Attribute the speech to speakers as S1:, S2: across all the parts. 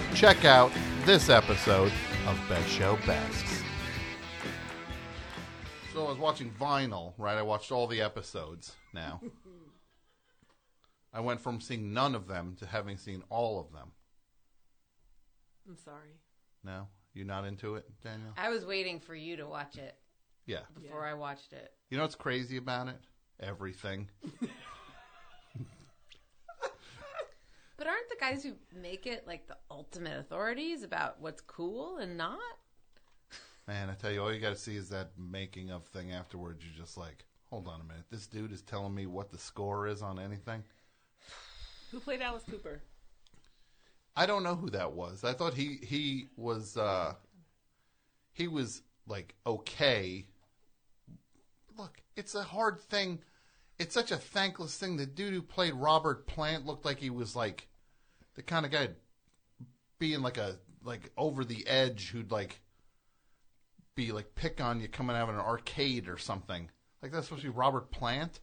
S1: check out this episode of Best Show Bests. So I was watching Vinyl, right? I watched all the episodes now. I went from seeing none of them to having seen all of them.
S2: I'm sorry.
S1: No? You're not into it, Daniel?
S3: I was waiting for you to watch it
S1: Yeah.
S3: before I watched it.
S1: You know what's crazy about it? Everything.
S3: But aren't the guys who make it like the ultimate authorities about what's cool and not?
S1: Man, I tell you, all you got to see is that making of thing afterwards. You're just like, hold on a minute. This dude is telling me what the score is on anything.
S2: Who played Alice Cooper?
S1: I don't know who that was. I thought he he was uh he was like okay. Look, it's a hard thing. It's such a thankless thing. The dude who played Robert Plant looked like he was like the kind of guy being like a like over the edge who'd like be like pick on you coming out of an arcade or something. Like that's supposed to be Robert Plant.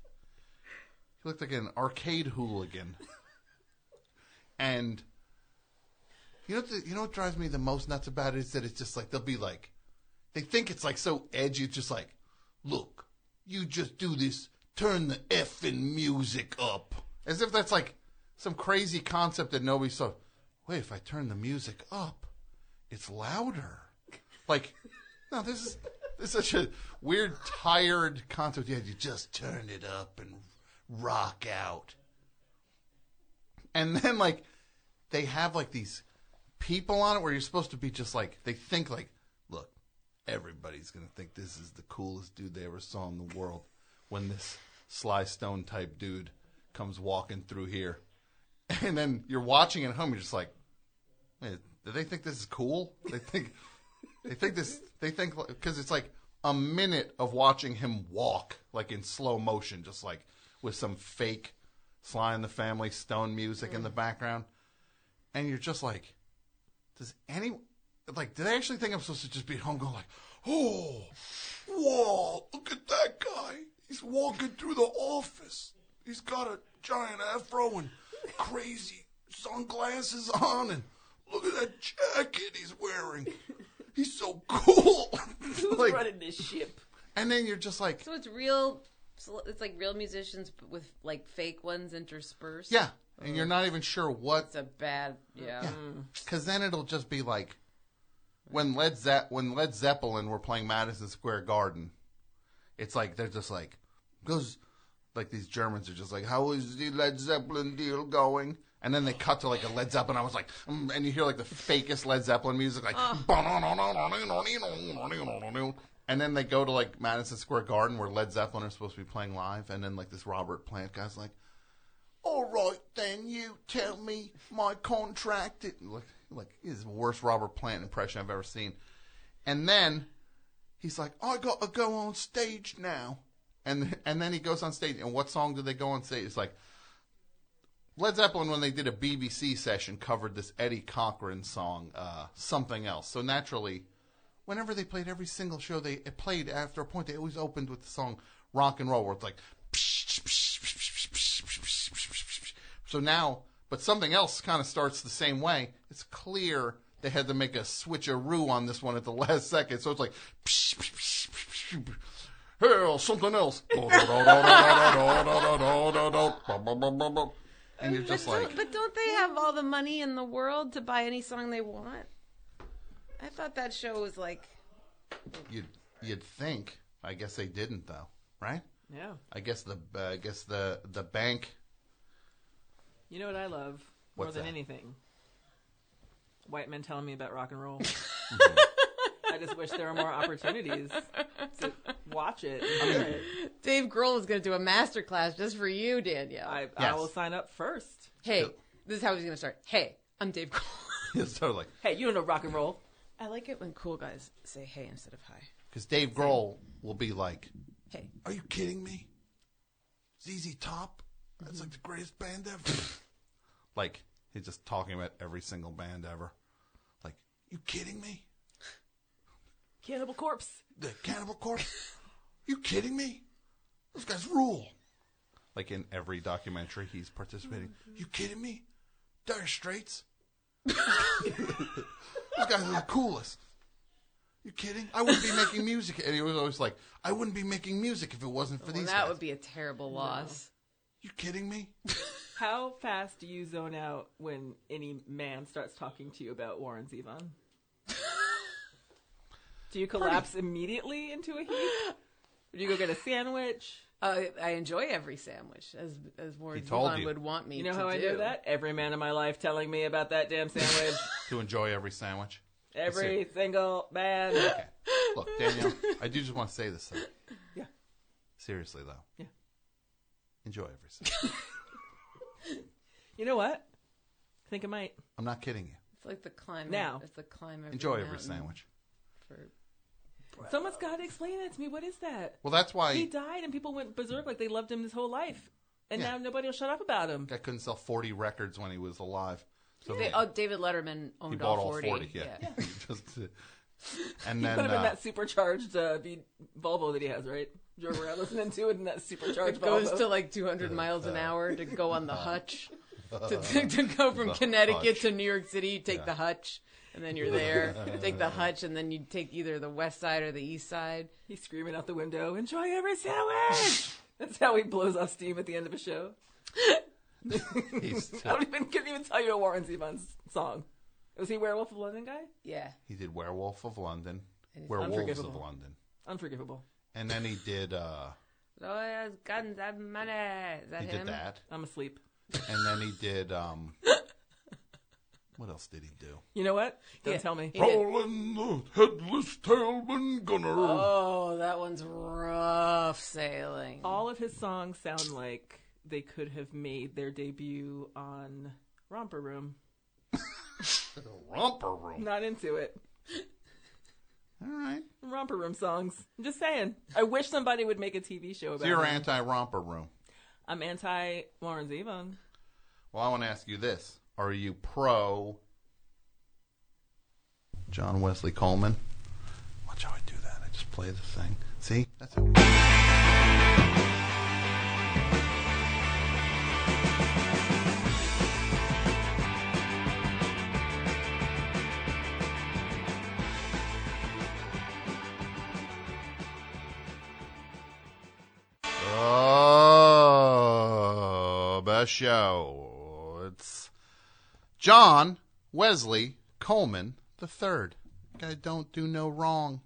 S1: He looked like an arcade hooligan. and you know, what the, you know what drives me the most nuts about it is that it's just like they'll be like, they think it's like so edgy. It's just like, look, you just do this. Turn the effing music up, as if that's like some crazy concept that nobody saw. Wait, if I turn the music up, it's louder. Like, no, this is this is such a weird, tired concept. Yeah, you just turn it up and rock out. And then like they have like these people on it where you're supposed to be just like they think like, look, everybody's gonna think this is the coolest dude they ever saw in the world when this Sly Stone type dude comes walking through here. And then you're watching at home, you're just like, Wait, do they think this is cool? They think they think this they think because it's like a minute of watching him walk like in slow motion, just like with some fake Sly and the Family Stone music in the background, and you're just like, does any like do they actually think I'm supposed to just be at home going like, oh, whoa, look at that guy, he's walking through the office, he's got a giant afro and crazy sunglasses on, and look at that jacket he's wearing, he's so cool,
S2: Who's
S1: like,
S2: running this ship?
S1: and then you're just like,
S3: So it's real. so It's like real musicians but with like fake ones interspersed.
S1: yeah, and you're not even sure what
S3: it's a bad. Yeah,
S1: Because then it'll just be like when Led Ze- when Led Zeppelin were playing Madison Square Garden. It's like they're just like goes like these Germans are just like how is the Led Zeppelin deal going? And then they cut to like a Led Zeppelin. I was like, mm, and you hear like the fakest Led Zeppelin music, like, and then they go to like Madison Square Garden where Led Zeppelin are supposed to be playing live, and then like this Robert Plant guy's like, all right, then you tell me my contract. It, look, like his worst Robert Plant impression I've ever seen. And then he's like, I got to go on stage now. And and then he goes on stage. And what song did they go on stage? It's like Led Zeppelin when they did a BBC session covered this Eddie Cochran song, uh, something else. So naturally, whenever they played every single show they played after a point, they always opened with the song "Rock and Roll," where it's like. So now, but something else kind of starts the same way. It's clear they had to make a switcheroo on this one at the last second. So it's like, hell, something else. And you're
S3: but,
S1: just
S3: don't,
S1: like,
S3: but don't they have all the money in the world to buy any song they want? I thought that show was like
S1: You'd you'd think. I guess they didn't though, right?
S2: Yeah.
S1: I guess the uh, I guess the the bank.
S2: You know what I love more
S1: What's
S2: than
S1: that?
S2: anything? White men telling me about rock and roll. I just wish there were more opportunities to watch it. and hear it.
S3: Dave Grohl is going to do a master class just for you, Danielle.
S2: I, I
S1: Yes.
S2: will sign up first.
S3: hey, this is how he's going to start. Hey, I'm Dave Grohl.
S1: It's sort of like
S2: Hey, you don't know rock and roll.
S3: I like it when cool guys say hey instead of hi.
S1: because Dave Grohl will be like,
S3: Hey,
S1: "Are you kidding me? ZZ Top? That's like the greatest band ever." like he's just talking about every single band ever. Like, you kidding me?
S2: Cannibal Corpse.
S1: The Cannibal Corpse? you kidding me? Those guys rule. Like in every documentary he's participating. You kidding me? Dire Straits? Those guys are the coolest. You kidding? I wouldn't be making music. And he was always like, I wouldn't be making music if it wasn't for
S3: well,
S1: these
S3: that
S1: guys.
S3: would be a terrible loss.
S1: you kidding me?
S2: How fast do you zone out when any man starts talking to you about Warren Zevon? do you collapse immediately into a heap? Or do you go get a sandwich?
S3: Uh, I enjoy every sandwich, as as Warren
S1: He told
S3: Zevon
S1: you.
S3: would want me.
S2: You know
S3: to
S2: how
S3: do.
S2: I know that? Every man in my life telling me about that damn sandwich.
S1: To enjoy every sandwich.
S2: Every single man.
S1: Okay. Look, Danielle, I do just want to say this though.
S2: Yeah.
S1: Seriously though.
S2: Yeah.
S1: Enjoy every sandwich.
S2: You know what? I think I might.
S1: I'm not kidding you.
S3: It's like the climb.
S2: Now.
S3: it's the climb. Every
S1: Enjoy every
S3: mountain
S1: sandwich.
S3: For,
S2: Someone's got to explain that to me. What is that?
S1: Well, that's why
S2: He died and people went berserk like they loved him his whole life. And
S1: Yeah.
S2: now nobody will shut up about him.
S1: guy couldn't sell 40 records when he was alive. So
S3: They- oh, David Letterman
S1: he
S3: owned
S1: bought
S3: all
S1: all 40.
S3: forty.
S1: yeah. Just, uh, and
S2: He
S1: then
S2: put him in
S1: uh,
S2: that supercharged uh, be- Volvo that he has, right? Drove around listening to it in that supercharged
S3: It goes
S2: Volvo.
S3: to like 200 miles an hour to go on the hutch. To, to go from
S1: The
S3: Connecticut
S1: hutch.
S3: to New York City, you take the hutch, and then you're there. take the hutch, and then you take either the west side or the east side.
S2: He's screaming out the window, "Enjoy every sandwich." That's how he blows off steam at the end of a show.
S1: he's-
S2: I don't even couldn't even tell you a Warren Zevon s- song. Was he Werewolf of London guy?
S3: Yeah.
S1: he did Werewolf of London,
S3: is
S1: Werewolves of
S2: unforgivable.
S1: London,
S2: Unforgivable.
S1: and then he did uh,
S3: Oh, has guns and money. Is that
S1: he
S3: him?
S1: did that,
S2: I'm asleep.
S1: and then he did um, what else did he do?
S2: You know what? Don't
S3: Yeah.
S2: tell me.
S3: He did.
S1: Rolling the headless tailman gunner.
S3: Oh, that one's rough sailing.
S2: All of his songs sound like they could have made their debut on Romper Room.
S1: The romper room.
S2: Not into it.
S1: All right,
S2: Romper Room songs. I'm just saying. I wish somebody would make a TV show about
S1: so you're
S2: him.
S1: anti romper room.
S2: I'm anti Warren Zevon.
S1: Well, I want to ask you this: Are you pro John Wesley Coleman? Watch how I do that. I just play the thing. See, that's how. We Oh, best show. It's John Wesley Coleman the third. Guy don't do no wrong.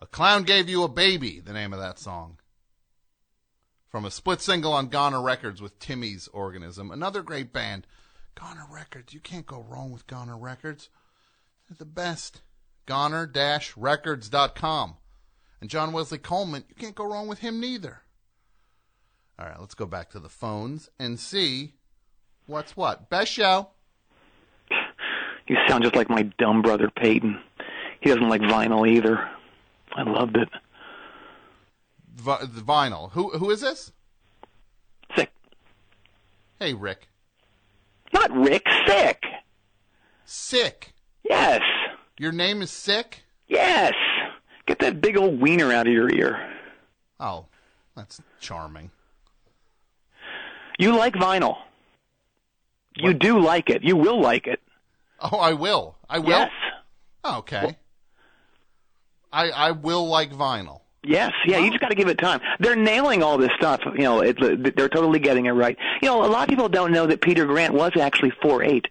S1: A clown gave you a baby. The name of that song. From a split single on Ghana Records with Timmy's Organism, another great band. Ghana Records. You can't go wrong with Ghana Records. They're the best. Goner-records.com. And John Wesley Coleman, you can't go wrong with him neither. All right, let's go back to the phones and see what's what. Best show.
S4: You sound just like my dumb brother Peyton. He doesn't like vinyl either. I loved it.
S1: V- the vinyl. Who who is this?
S4: Sick.
S1: Hey Rick.
S4: Not Rick, sick.
S1: Sick.
S4: Yes.
S1: Your name is Sick?
S4: Yes. Get that big old wiener out of your ear.
S1: Oh, that's charming.
S4: You like vinyl. You do like it. You will like it.
S1: Oh, I will. I will.
S4: Yes.
S1: Oh, okay. I I will like vinyl.
S4: Yes. Yeah, you just got to give it time. They're nailing all this stuff. You know, it, they're totally getting it right. You know, a lot of people don't know that Peter Grant was actually 4'8.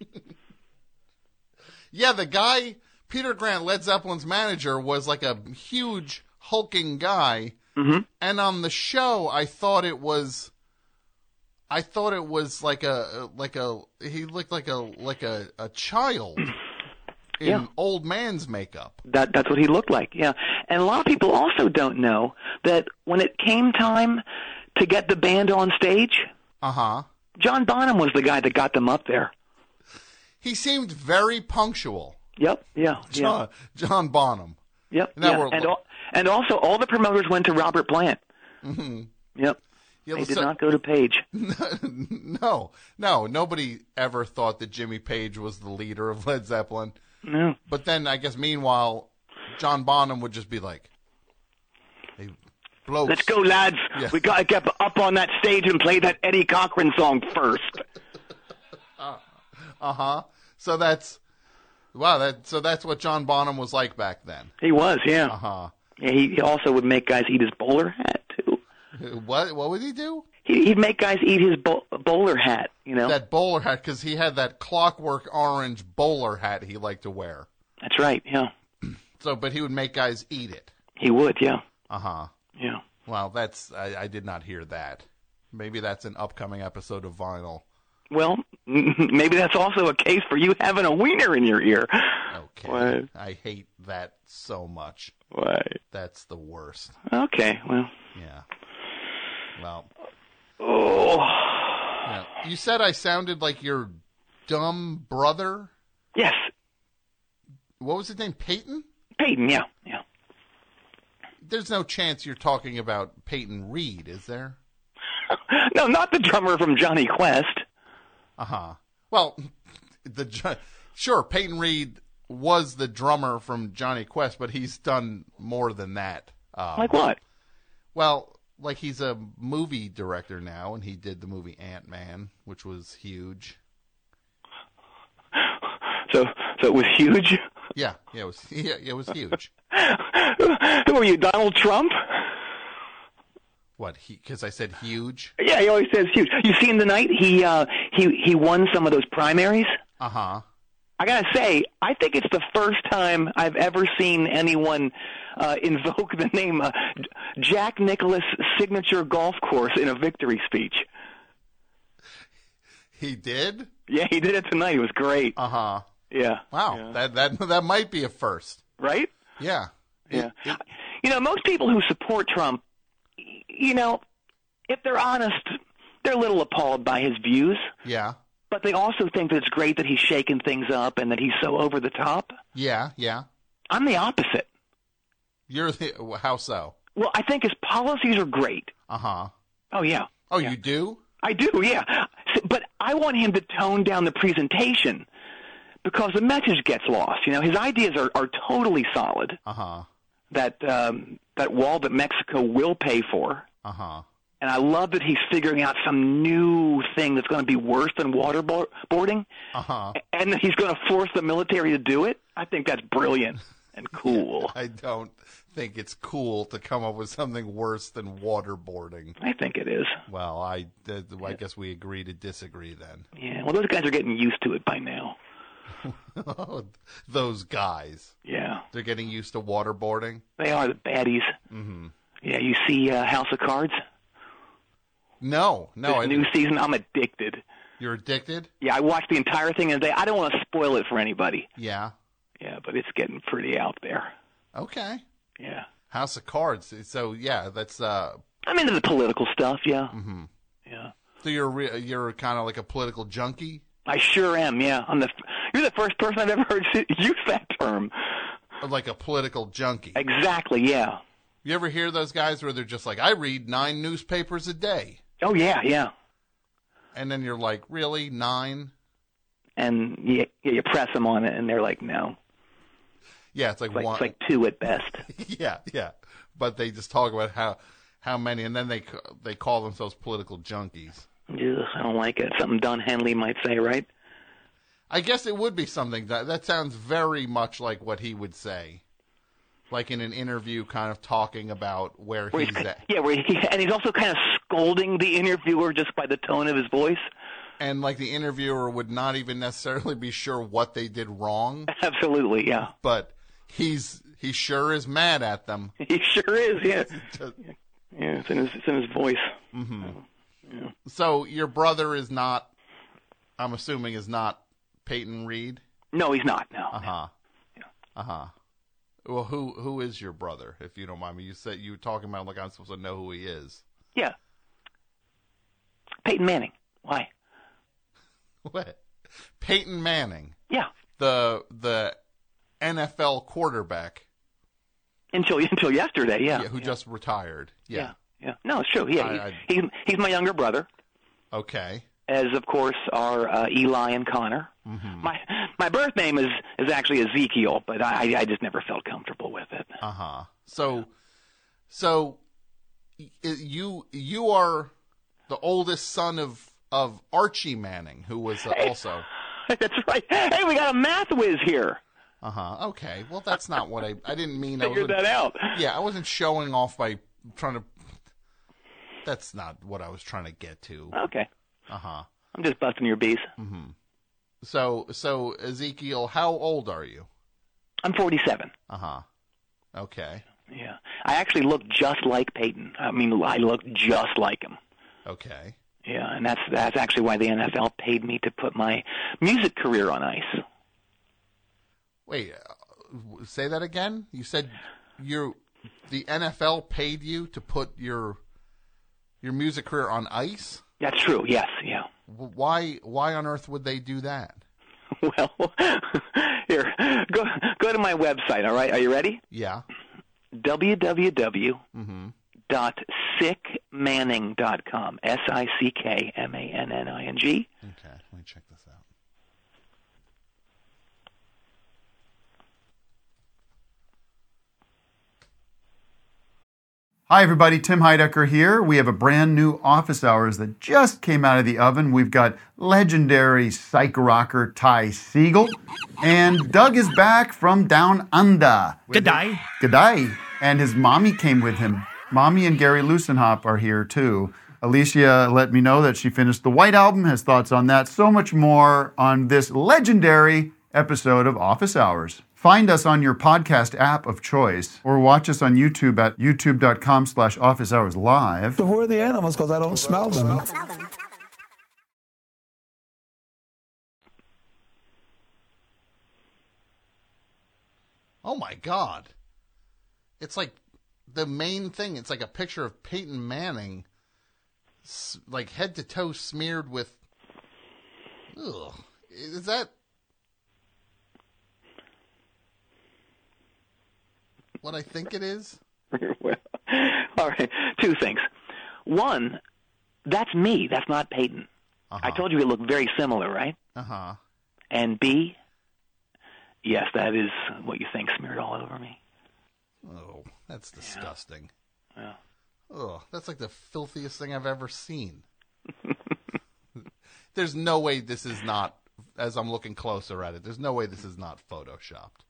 S1: Yeah, the guy, Peter Grant, Led Zeppelin's manager, was like a huge, hulking guy.
S4: Mm-hmm.
S1: And on the show, I thought it was. I thought it was like a like a he looked like a like a, a child in
S4: Yeah.
S1: old man's makeup.
S4: That that's what he looked like. Yeah. And a lot of people also don't know that when it came time to get the band on stage,
S1: Uh huh.
S4: John Bonham was the guy that got them up there.
S1: He seemed very punctual.
S4: Yep. Yeah.
S1: John, John Bonham.
S4: Yeah. Yep.
S1: that
S4: yeah.
S1: world-
S4: And al- and also all the promoters went to Robert Plant. Mm-hmm. Yep.
S1: Yeah,
S4: They did
S1: so-
S4: not go to Page.
S1: No, no, nobody ever thought that Jimmy Page was the leader of Led Zeppelin.
S4: No.
S1: But then I guess meanwhile, John Bonham would just be like, "Hey, blokes,
S4: Let's go, lads.
S1: Yeah.
S4: We gotta get up on that stage and play that Eddie Cochran song first.
S1: Uh huh. So that's wow. That so that's what John Bonham was like back then.
S4: He was, yeah.
S1: Uh
S4: yeah he, he also would make guys eat his bowler hat too.
S1: huh. What what would he do?
S4: He, he'd make guys eat his bo- bowler hat. You know.
S1: That bowler hat because he had that clockwork orange bowler hat he liked to wear.
S4: That's right. Yeah.
S1: So, but he would make guys eat it.
S4: He would. Yeah.
S1: Uh huh.
S4: Yeah.
S1: Wow, that's I, I did not hear that. Maybe that's an upcoming episode of Vinyl.
S4: Well, maybe that's also a case for you having a wiener in your ear.
S1: Okay.
S4: Why?
S1: I hate that so much.
S4: Why?
S1: That's the worst.
S4: Okay. Well.
S1: Yeah. Well,
S4: Oh.
S1: yeah. you said I sounded like your dumb brother.
S4: Yes.
S1: What was his name? Peyton?
S4: Peyton. Yeah. Yeah.
S1: There's no chance you're talking about Peyton Reed, is there?
S4: No, not the drummer from Johnny Quest.
S1: Uh huh. Well, the Jo- sure Peyton Reed was the drummer from Johnny Quest, but he's done more than that. Um,
S4: Like what?
S1: Well, like he's a movie director now, and he did the movie Ant Man, which was huge.
S4: So, so it was huge.
S1: Yeah, yeah, it was yeah, it was huge.
S4: Who are you, Donald Trump?
S1: What? Because I said huge.
S4: Yeah, he always says huge. You see him tonight? He uh, he he won some of those primaries.
S1: Uh huh.
S4: I gotta say, I think it's the first time I've ever seen anyone uh, invoke the name uh, J- Jack Nicholas Signature Golf Course in a victory speech.
S1: He did.
S4: Yeah, he did it tonight. It was great.
S1: Uh huh.
S4: Yeah.
S1: Wow. That that that might be a first.
S4: Right?
S1: Yeah.
S4: Yeah.
S1: It-
S4: You know, most people who support Trump, y- you know, if they're honest, they're a little appalled by his views,
S1: yeah.
S4: but they also think that it's great that he's shaking things up and that he's so over the top.
S1: Yeah. Yeah.
S4: I'm the opposite.
S1: You're the how so?
S4: Well, I think his policies are great.
S1: Uh huh.
S4: Oh, yeah.
S1: Oh, you do?
S4: I do, yeah. S- But I want him to tone down the presentation because the message gets lost. You know, his ideas are, are totally solid.
S1: Uh huh.
S4: That um, that wall that Mexico will pay for,
S1: Uh huh.
S4: and I love that he's figuring out some new thing that's going to be worse than waterboarding,
S1: Uh huh.
S4: and that he's going to force the military to do it. I think that's brilliant and cool.
S1: I don't think it's cool to come up with something worse than waterboarding.
S4: I think it is.
S1: Well, I, th- I guess we agree to disagree then.
S4: Yeah. Well, those guys are getting used to it by now.
S1: Those guys.
S4: Yeah.
S1: They're getting used to waterboarding?
S4: They are the baddies. Mm-hmm. Yeah, you see uh, House of Cards?
S1: No, no. I
S4: this new
S1: didn't.
S4: season, I'm addicted.
S1: You're addicted?
S4: Yeah, I watched the entire thing in a day. I don't want to spoil it for anybody.
S1: Yeah.
S4: Yeah, but it's getting pretty out there.
S1: Okay.
S4: Yeah.
S1: House of Cards. So, yeah, that's, uh,
S4: I'm into the political stuff, yeah. Mm-hmm. Yeah.
S1: so you're, re- you're kind of like a political junkie?
S4: I sure am, yeah. I'm the f- You're the first person I've ever heard s- use that term.
S1: Or Like a political junkie.
S4: Exactly, yeah.
S1: You ever hear those guys where they're just like, I read nine newspapers a day?
S4: Oh, yeah, yeah.
S1: And then you're like, really? Nine?
S4: And you, yeah, you press them on it, and they're like, no.
S1: Yeah, it's like,
S4: It's like,
S1: one.
S4: it's like two at best.
S1: yeah, yeah. But they just talk about how how many, and then they ca- they call themselves political junkies.
S4: Ugh, I don't like it. Something Don Henley might say, right?
S1: I guess it would be something that that sounds very much like what he would say, like in an interview, kind of talking about where
S4: Where
S1: he's
S4: he's,
S1: at.
S4: yeah, where he, and he's also kind of scolding the interviewer just by the tone of his voice.
S1: and like the interviewer would not even necessarily be sure what they did wrong,
S4: Absolutely, yeah.
S1: but he's he sure is mad at them.
S4: He sure is, yeah. Yeah, it's in his it's in his voice.
S1: So your brother is not, I'm assuming, is not Peyton Reed.
S4: No, he's not. No.
S1: Uh huh. Uh huh. Well, who who is your brother? If you don't mind me, you said you were talking about like I'm supposed to know who he is.
S4: Yeah. Peyton Manning. Why?
S1: What? Peyton Manning,
S4: Yeah.
S1: the the NFL quarterback
S4: Until until yesterday, yeah.
S1: yeah, who just retired.
S4: yeah.
S1: Yeah.
S4: yeah. No, it's true. Yeah,
S1: I-
S4: he's, he's he's my younger brother,
S1: Okay.
S4: as of course are uh, Eli and Connor.
S1: Mm-hmm.
S4: My my birth name is is actually Ezekiel, but I I just never felt comfortable with it.
S1: Uh huh. So, so y- you you are the oldest son of of Archie Manning, who was uh, also.
S4: That's right. Hey, we got a math whiz here.
S1: Uh huh. Okay. Well, that's not what I. I didn't mean. I
S4: Figured
S1: wasn't-
S4: that out.
S1: Yeah, I wasn't showing off by trying to. That's not what I was trying to get to.
S4: Okay.
S1: Uh huh.
S4: I'm just busting your bees.
S1: So, so Ezekiel, how old are you?
S4: I'm 47.
S1: Uh huh. Okay.
S4: Yeah. I actually look just like Peyton. I mean, I look just like him.
S1: Okay.
S4: Yeah, and that's that's actually why the NFL paid me to put my music career on ice.
S1: Wait. uh, w- Say that again. You said you the NFL paid you to put your your music career on ice.
S4: That's true. Yes. Yeah.
S1: W- Why? Why on earth would they do that?
S4: Well, here, go go to my website. All right, are you ready?
S1: Yeah.
S4: www. dot sickmanning. dot com. S i c k m a n n i n g.
S1: Okay. Let me check this out.
S5: Hi, everybody. Tim Heidecker here. We have a brand new office hours that just came out of the oven. We've got legendary psych rocker Ty Siegel, and Doug is back from down under.
S6: G'day.
S5: G'day. And his mommy came with him. Mommy and Gary Lusenhop are here too. Alicia let me know that she finished the White Album, has thoughts on that, so much more on this legendary episode of Office Hours. Find us on your podcast app of choice or watch us on YouTube at youtube.com slash office hours live.
S6: Who are the animals? Because I don't smell them.
S1: Oh my god. It's like the main thing. It's like a picture of Peyton Manning s- like head to toe smeared with Ugh. Is that what I think it is?
S4: well, all right. Two things. One, that's me. That's not Peyton. I told you it looked very similar, right?
S1: Uh-huh.
S4: And B, yes, that is what you think smeared all over me.
S1: Oh, that's disgusting. Ugh, that's like the filthiest thing I've ever seen. there's no way this is not as I'm looking closer at it. There's no way this is not photoshopped.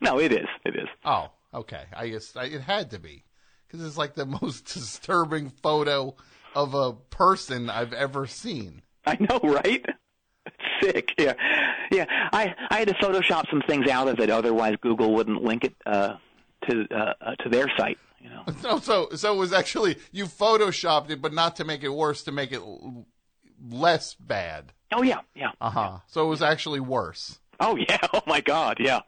S4: No, it is. It is.
S1: Oh, okay. I guess I, it had to be because it's like the most disturbing photo of a person I've ever seen.
S4: I know, right? Sick. Yeah, yeah. I I had to Photoshop some things out of it, otherwise Google wouldn't link it uh, to uh, uh, to their site. You know.
S1: No, so so it was actually you photoshopped it, but not to make it worse, to make it l- less bad.
S4: Oh yeah, yeah.
S1: Uh huh. So it was actually worse.
S4: Oh yeah. Oh my God. Yeah.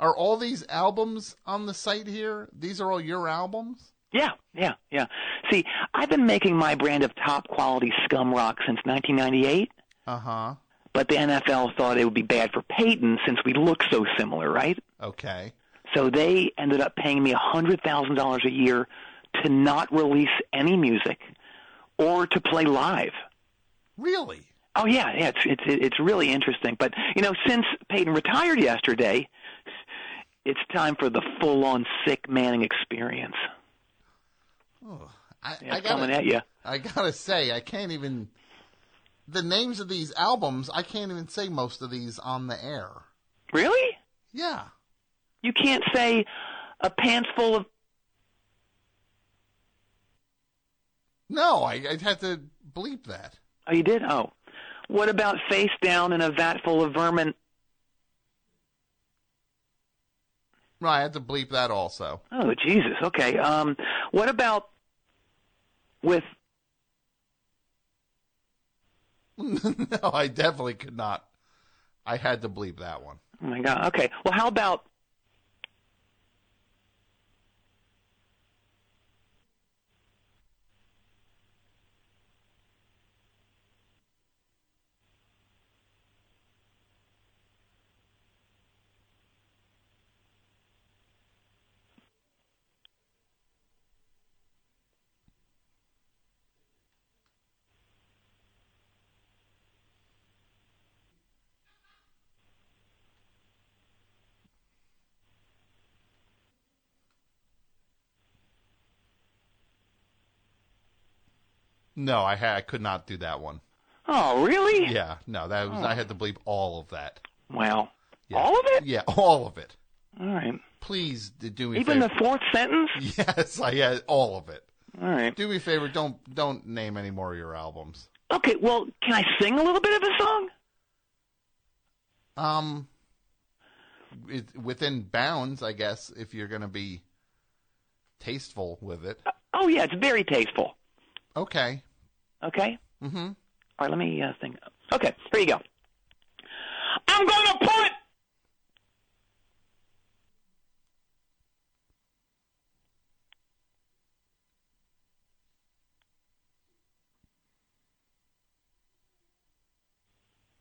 S1: Are all these albums on the site here? These are all your albums.
S4: Yeah, yeah, yeah. See, I've been making my brand of top quality scum rock since 1998,
S1: Uh huh.
S4: but the NFL thought it would be bad for Peyton since we look so similar, right?
S1: Okay.
S4: So they ended up paying me $100,000 a year to not release any music or to play live.
S1: Really?
S4: Oh yeah, yeah, it's it's it's really interesting. But you know, since Peyton retired yesterday, it's time for the full-on sick Manning experience.
S1: I,
S4: Yeah,
S1: I
S4: it's
S1: gotta-
S4: coming at you.
S1: I gotta say, I can't even. The names of these albums, I can't even say most of these on the air.
S4: Really?
S1: Yeah.
S4: You can't say a pants full of
S1: No, I, I'd have to bleep that.
S4: Oh, you did? Oh. What about face down in a vat full of vermin?
S1: Right, I had to bleep that also.
S4: Oh, Jesus. Okay. Um, what about with
S1: no, I definitely could not. I had to bleep that one.
S4: Oh my god. Okay. Well, how about
S1: No, I had I could not do that one.
S4: Oh, really?
S1: Yeah, no, that was I had to bleep all of that.
S4: Wow.
S1: Yeah.
S4: All of it?
S1: Yeah, all of it.
S4: All right.
S1: Please d- do me a
S4: Even the
S1: favor.
S4: fourth sentence?
S1: yes, I had all of it.
S4: All right.
S1: Do me a favor, don't don't name any more of your albums.
S4: Okay, well, can I sing a little bit of a song?
S1: Um it, within bounds, I guess, if you're going to be tasteful with it.
S4: Oh, yeah, it's very tasteful.
S1: Okay.
S4: Okay?
S1: Mhm.
S4: All right, let me uh, think. Okay, here you go. I'm going to put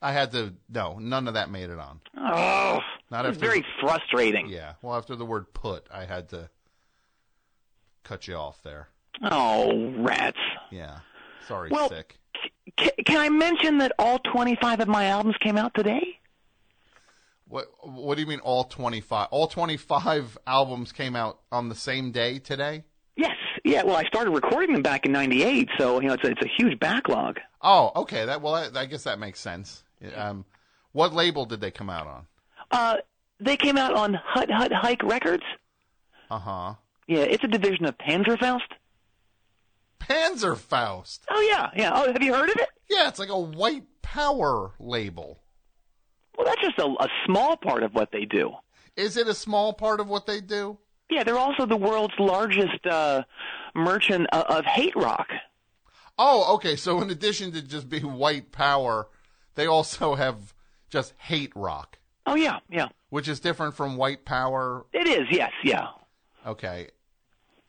S1: I had to no, none of that made it on.
S4: Oh,
S1: Not
S4: it's
S1: after-
S4: very frustrating.
S1: Yeah. Well, after the word put, I had to cut you off there.
S4: Oh, rats.
S1: Yeah. Sorry,
S4: Well-
S1: sick.
S4: C- can I mention that all 25 of my albums came out today?
S1: What what do you mean all 25? All 25 albums came out on the same day today?
S4: Yes. Yeah, well, I started recording them back in 98, so, you know, it's a, it's a huge backlog.
S1: Oh, okay. That well I, I guess that makes sense. Um what label did they come out on?
S4: Uh, they came out on Hut Hut Hike Records.
S1: Uh-huh.
S4: Yeah, it's a division of Panzerfaust.
S1: Panzerfaust.
S4: Oh yeah, yeah. Oh, have you heard of it?
S1: Yeah, it's like a white power label.
S4: Well, that's just a, a small part of what they do.
S1: Is it a small part of what they do?
S4: Yeah, they're also the world's largest uh, merchant of, of hate rock.
S1: Oh, okay. So in addition to just being white power, they also have just hate rock,
S4: Oh yeah, yeah.
S1: which is different from white power.
S4: It is. Yes, yeah.
S1: Okay.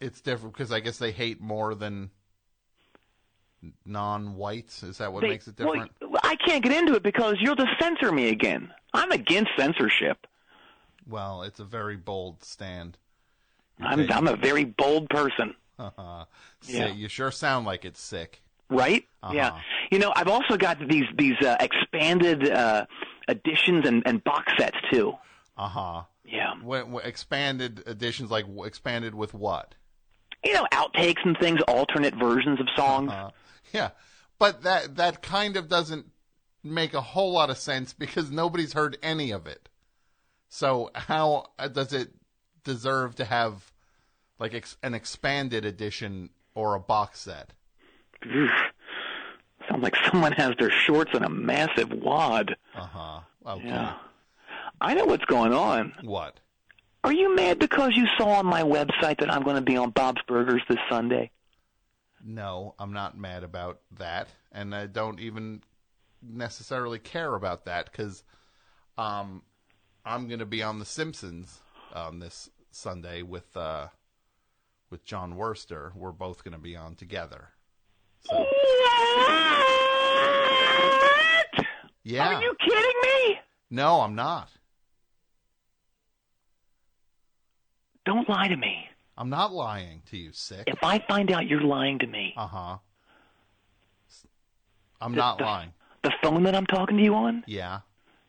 S1: It's different because I guess they hate more than non-whites. Is that what
S4: They-
S1: makes it different?
S4: Well, I can't get into it because you'll just censor me again. I'm against censorship.
S1: Well, it's a very bold stand.
S4: I'm I'm a very bold person,
S1: yeah. Uh-huh. You sure sound like it's sick.
S4: right?
S1: Uh-huh.
S4: Yeah. You know, I've also got these these uh, expanded uh, editions and, and box sets too.
S1: Uh huh.
S4: Yeah.
S1: When, when expanded editions, like w- expanded with what?
S4: you know, outtakes and things, alternate versions of songs.
S1: Uh-huh. Yeah, but that that kind of doesn't make a whole lot of sense because nobody's heard any of it. So how uh, does it deserve to have like ex- an expanded edition or a box set?
S4: Sounds like someone has their shorts in a massive wad.
S1: Uh huh. Okay.
S4: Yeah. I know what's going on.
S1: What?
S4: Are you mad because you saw on my website that I'm going to be on Bob's Burgers this Sunday?
S1: No, I'm not mad about that, and I don't even necessarily care about that because um, I'm going to be on The Simpsons um, this Sunday with uh, with John Worster. We're both going to be on together. So
S4: What?
S1: yeah,
S4: Are you kidding me?
S1: no, I'm not.
S4: Don't lie to me.
S1: I'm not lying to you, sick.
S4: If I find out you're lying to me,
S1: Uh huh. I'm not
S4: the-
S1: lying.
S4: the phone that I'm talking to you on,
S1: Yeah.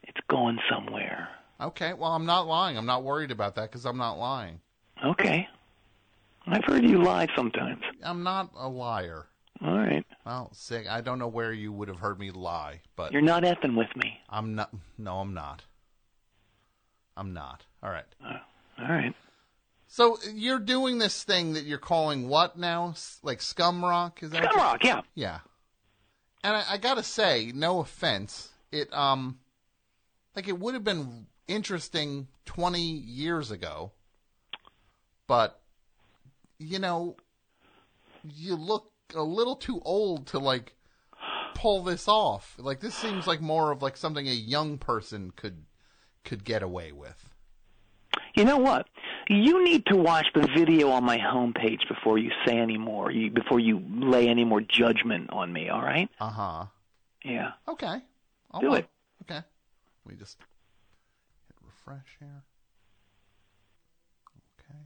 S4: it's going somewhere.
S1: Okay. Well, I'm not lying. I'm not worried about that because I'm not lying.
S4: Okay. I've heard you lie sometimes.
S1: I'm not a liar.
S4: All right.
S1: Well, sick. I don't know where you would have heard me lie, but
S4: You're not effing with me.
S1: I'm not. No, I'm not. I'm not. All right.
S4: All right.
S1: So you're doing this thing that you're calling what now? S- Like scum rock? Is that? what
S4: Scum
S1: you-
S4: Rock, yeah.
S1: Yeah. and I, I gotta say, no offense, it um, like it would have been interesting twenty years ago, but you know, you look a little too old to like pull this off. Like this seems like more of like something a young person could could get away with.
S4: You know what? You need to watch the video on my homepage before you say any more, you, before you lay any more judgment on me, all right?
S1: Uh huh.
S4: Yeah.
S1: Okay. I'll
S4: Do
S1: wa-
S4: it.
S1: Okay. Let me just hit refresh here. Okay.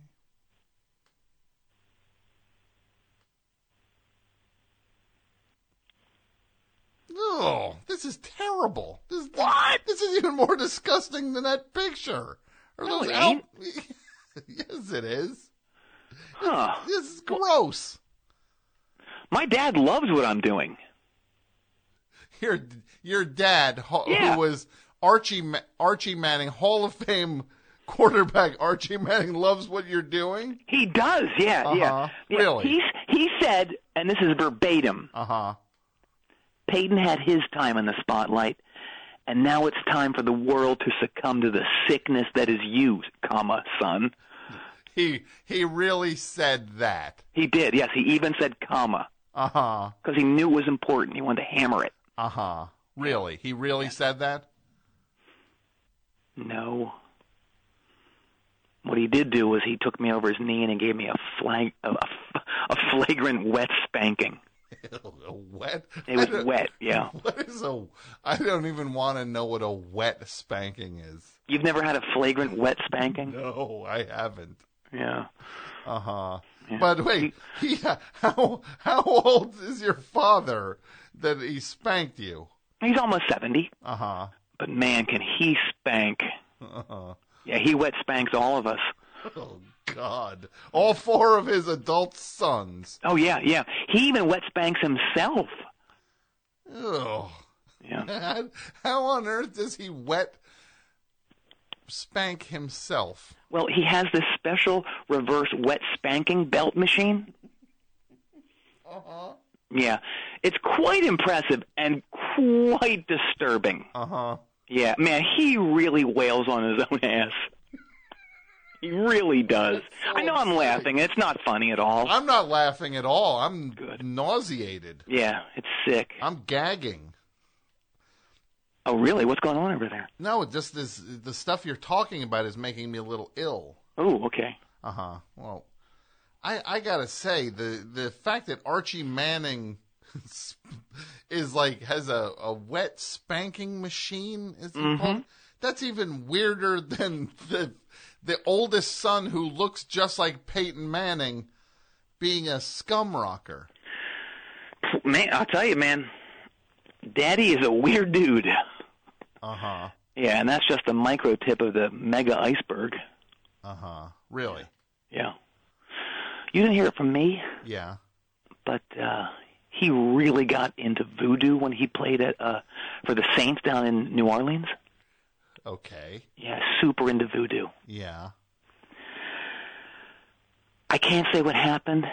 S1: Oh, this is terrible. This what? This is even more disgusting than that picture. Or
S4: No,
S1: those
S4: it
S1: out- yes, it is.
S4: Huh.
S1: This is gross.
S4: My dad loves what I'm doing.
S1: your your dad, ho-
S4: Yeah.
S1: who was Archie Ma- Archie Manning, Hall of Fame quarterback, Archie Manning loves what you're doing.
S4: He does, yeah,
S1: Uh-huh.
S4: yeah. yeah.
S1: Really?
S4: He's, he said, and this is verbatim,
S1: Uh huh.
S4: Peyton had his time in the spotlight, and now it's time for the world to succumb to the sickness that is you, comma, son.
S1: He he really said that.
S4: He did, yes. He even said comma
S1: Uh huh.
S4: because he knew it was important. He wanted to hammer it.
S1: Uh huh. Really, he really said that.
S4: No. What he did do was he took me over his knee and he gave me a flag, a, a, a flagrant wet spanking.
S1: wet.
S4: It
S1: I
S4: was
S1: don't-
S4: wet, yeah.
S1: What is a? I don't even want to know what a wet spanking is.
S4: You've never had a flagrant wet spanking?
S1: No, I haven't.
S4: Yeah.
S1: Uh huh. But wait, he, how how old is your father that he spanked you?
S4: He's almost 70,
S1: Uh huh.
S4: but man, can he spank.
S1: Uh-huh.
S4: Yeah, he wet spanks all of us.
S1: Oh God! All four of his adult sons.
S4: Oh, yeah, yeah. He even wet spanks himself.
S1: Ugh.
S4: Yeah.
S1: How on earth does he wet spank himself?
S4: Well, he has this special reverse wet spanking belt machine. Yeah, it's quite impressive and quite disturbing.
S1: Uh huh.
S4: Yeah, man, he really wails on his own ass. He really does. I know I'm laughing. It's not funny at all.
S1: I'm not laughing at all. I'm
S4: Good.
S1: nauseated.
S4: Yeah, it's sick.
S1: I'm gagging.
S4: Oh, really? What's going on over there?
S1: No, it just this the stuff you're talking about is making me a little ill.
S4: Oh, okay.
S1: Uh huh. Well, I I gotta say the the fact that Archie Manning is like has a, a wet spanking machine is it called? that's even weirder than the the oldest son who looks just like Peyton Manning being a scum rocker.
S4: Man, I'll tell you, man, Daddy is a weird dude.
S1: Uh huh.
S4: Yeah, and that's just the micro tip of the mega iceberg.
S1: Uh huh. Really?
S4: Yeah. You didn't hear it from me,
S1: Yeah.
S4: but uh, he really got into voodoo when he played at uh, for the Saints down in New Orleans.
S1: Okay.
S4: Yeah, super into voodoo.
S1: Yeah.
S4: I can't say what happened,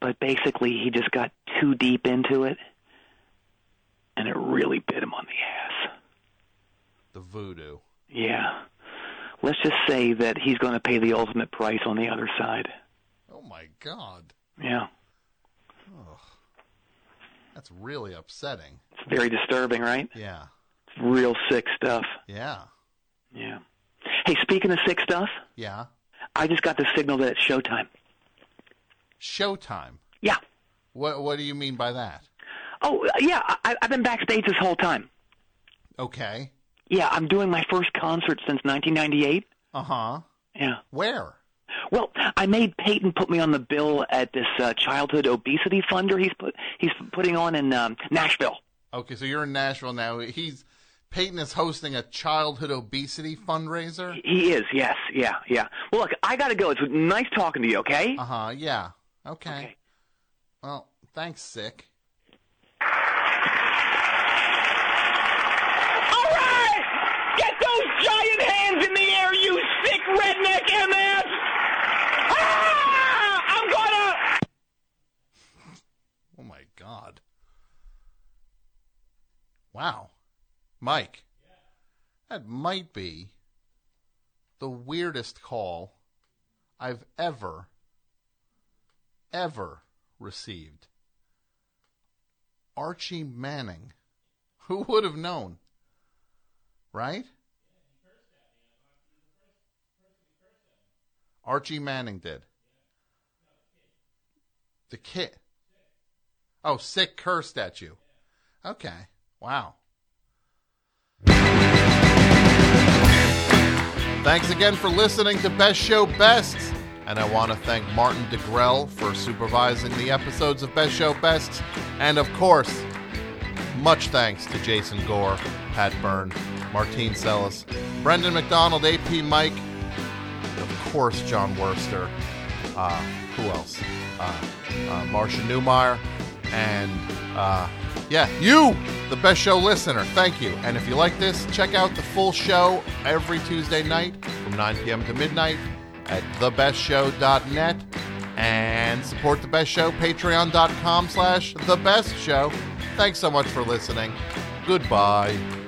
S4: but basically he just got too deep into it, and it really bit him on the ass.
S1: The voodoo.
S4: Yeah. Let's just say that he's going to pay the ultimate price on the other side.
S1: Oh my God.
S4: Yeah.
S1: That's really upsetting.
S4: It's very disturbing, right?
S1: Yeah.
S4: It's real sick stuff.
S1: Yeah.
S4: Yeah. Hey, speaking of sick stuff,
S1: Yeah.
S4: I just got the signal that it's showtime.
S1: Showtime.
S4: Yeah.
S1: What What do you mean by that?
S4: Oh, yeah. I, I've been backstage this whole time.
S1: Okay.
S4: Yeah, I'm doing my first concert since 1998.
S1: Uh huh.
S4: Yeah.
S1: Where?
S4: Well, I made Peyton put me on the bill at this uh, childhood obesity funder he's put he's putting on in um, Nashville.
S1: Okay, so you're in Nashville now. He's Peyton is hosting a childhood obesity fundraiser.
S4: He is. Yes. Yeah. Yeah. Well, look, I gotta go. It's nice talking to you. Okay.
S1: Uh huh. Yeah. Okay.
S4: Okay.
S1: Well, thanks, sick.
S4: All right! Get those giant hands in the air, you sick redneck MF! Ah! I'm gonna.
S1: Oh my God. Mike, that might be the weirdest call I've ever, ever received. Archie Manning. Who would have known? Right? Archie Manning did. The kid. Oh, sick cursed at you. Okay. Wow. Thanks again for listening to Best Show Best. And I want to thank Martin DeGrell for supervising the episodes of Best Show Best. And of course, much thanks to Jason Gore, Pat Byrne, Martine Sellis, Brendan McDonald, AP Mike, and of course, John Worster. Uh, who else? Uh, uh, Marcia Newmeyer. And uh, yeah, you, the best show listener. Thank you. And if you like this, check out the full show every Tuesday night from 9 p.m. to midnight at thebestshow.net and support the best show patreon.com slash the best show thanks so much for listening goodbye